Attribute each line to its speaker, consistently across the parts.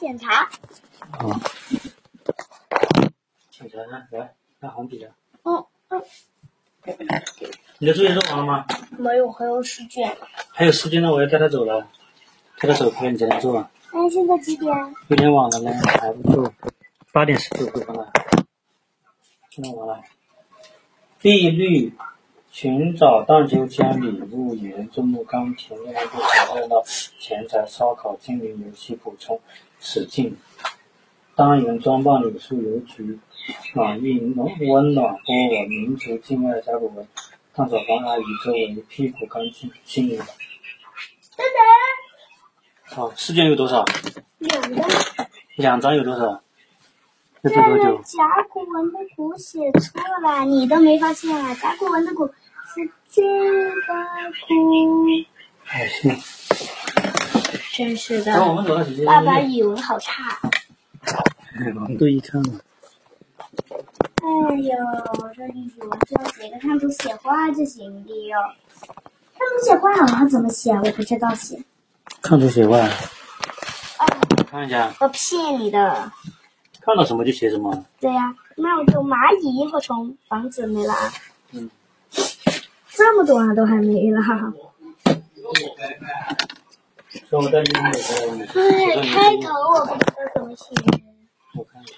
Speaker 1: 检查。
Speaker 2: 啊，检查一下，来，拿红笔的。
Speaker 1: 嗯嗯，
Speaker 2: 你的作业做完了吗？
Speaker 1: 没有，还有试卷。
Speaker 2: 还有时间呢，我要带他走了，带他走开，你才能做。
Speaker 1: 哎，现在几点？
Speaker 2: 有点晚了呢，还不做。八点十九分了，弄完了。碧绿寻找荡秋千礼物园字幕刚停那部请热闹钱财烧烤精灵游戏补充使劲。当园装扮柳树邮局，暖意浓温暖波纹，民族境外甲骨文，烫手房阿姨周围屁股干净轻盈。
Speaker 1: 等等，
Speaker 2: 好，试卷有多少？
Speaker 1: 两个。
Speaker 2: 两张有多少？要做多
Speaker 1: 这
Speaker 2: 久
Speaker 1: 个？甲骨文的“骨”写错了，你都没发现啊？甲骨文的“骨”是这个“骨
Speaker 2: 哎，行。”，
Speaker 1: 真是的，
Speaker 2: 那我们走了，姐姐。
Speaker 1: 爸爸语文好差。
Speaker 2: 故意看的。
Speaker 1: 哎呦，这里语文就要写个看图写画就行的哟。看图写画啊，怎么写啊？我不知道写。
Speaker 2: 看图写外。
Speaker 1: 啊，
Speaker 2: 看一下，
Speaker 1: 我骗你的。
Speaker 2: 看到什么就写什么。
Speaker 1: 对呀、那我就蚂蚁、蝗虫、房子没了啊。
Speaker 2: 嗯。
Speaker 1: 这么多啊，都还没了。哈哈。
Speaker 2: 说我带你们走吧。
Speaker 1: 哎，开头我不知道怎么写，
Speaker 2: 我看一下。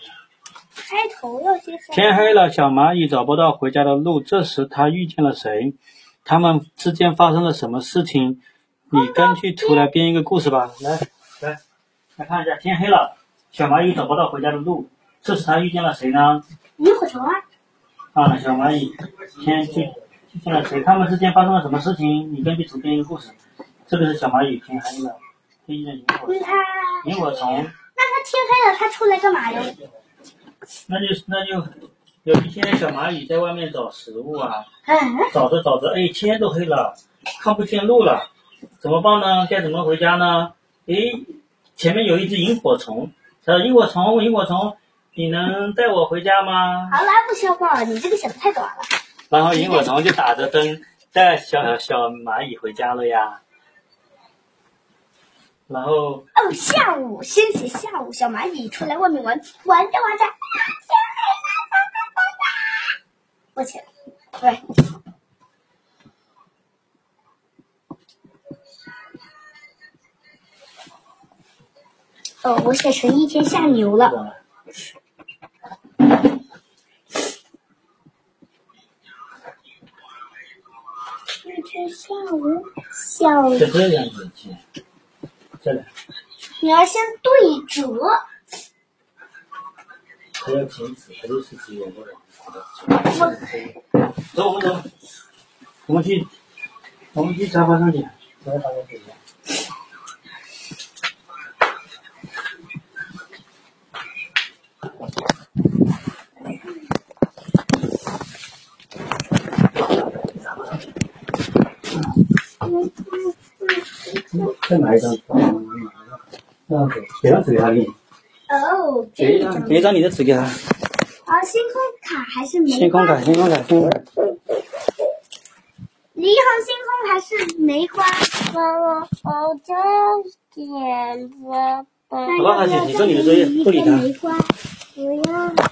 Speaker 1: 开头要写什么？
Speaker 2: 天黑了，小蚂蚁找不到回家的路。这时，它遇见了谁？他们之间发生了什么事情？你根据图来编一个故事吧。来，来，来看一下。天黑了，小蚂蚁找不到回家的路。这时，它遇见了谁呢？
Speaker 1: 萤火虫啊，
Speaker 2: 啊，小蚂蚁，天就遇见了谁？他们之间发生了什么事情？你根据图编一个故事。这个是小蚂蚁天黑了，遇见萤火
Speaker 1: 嗯，它
Speaker 2: 萤火虫，
Speaker 1: 那它天黑了，它出来干嘛呀？
Speaker 2: 那就那就有一天小蚂蚁在外面找食物啊。
Speaker 1: 嗯，
Speaker 2: 找着找着，哎，天都黑了，看不见路了，怎么办呢？该怎么回家呢？诶，前面有一只萤火虫，小萤火虫，萤火虫，你能带我回家吗？
Speaker 1: 好啦，不消化，你这个写的太短了。
Speaker 2: 然后萤火虫就打着灯带小小蚂蚁回家了呀。然后
Speaker 1: 哦，下午先写下午，小蚂蚁出来外面玩，玩着玩着，啊天黑了，它它它它我起来，对，哦，我写成一天下牛了。
Speaker 2: 呃
Speaker 1: 一天下午，小
Speaker 2: 就这样子写，这里
Speaker 1: 你要先对折，
Speaker 2: 还要停止，还是十几个人。走，我们走，我们去，我们去茶发上去，茶发上去。
Speaker 1: 哦
Speaker 2: 再拿一张，那样子，别让纸给他给你，
Speaker 1: 哦，这
Speaker 2: 别
Speaker 1: 一
Speaker 2: 让
Speaker 1: 张。
Speaker 2: 别让你的纸给他。
Speaker 1: 啊，星空卡还是梅花？
Speaker 2: 星空卡，星空卡，星空卡。
Speaker 1: 霓虹星空还是梅花？哦哦，这点子。好
Speaker 2: 好吧阿姐你做你的作业不理他
Speaker 1: 梅花，不要。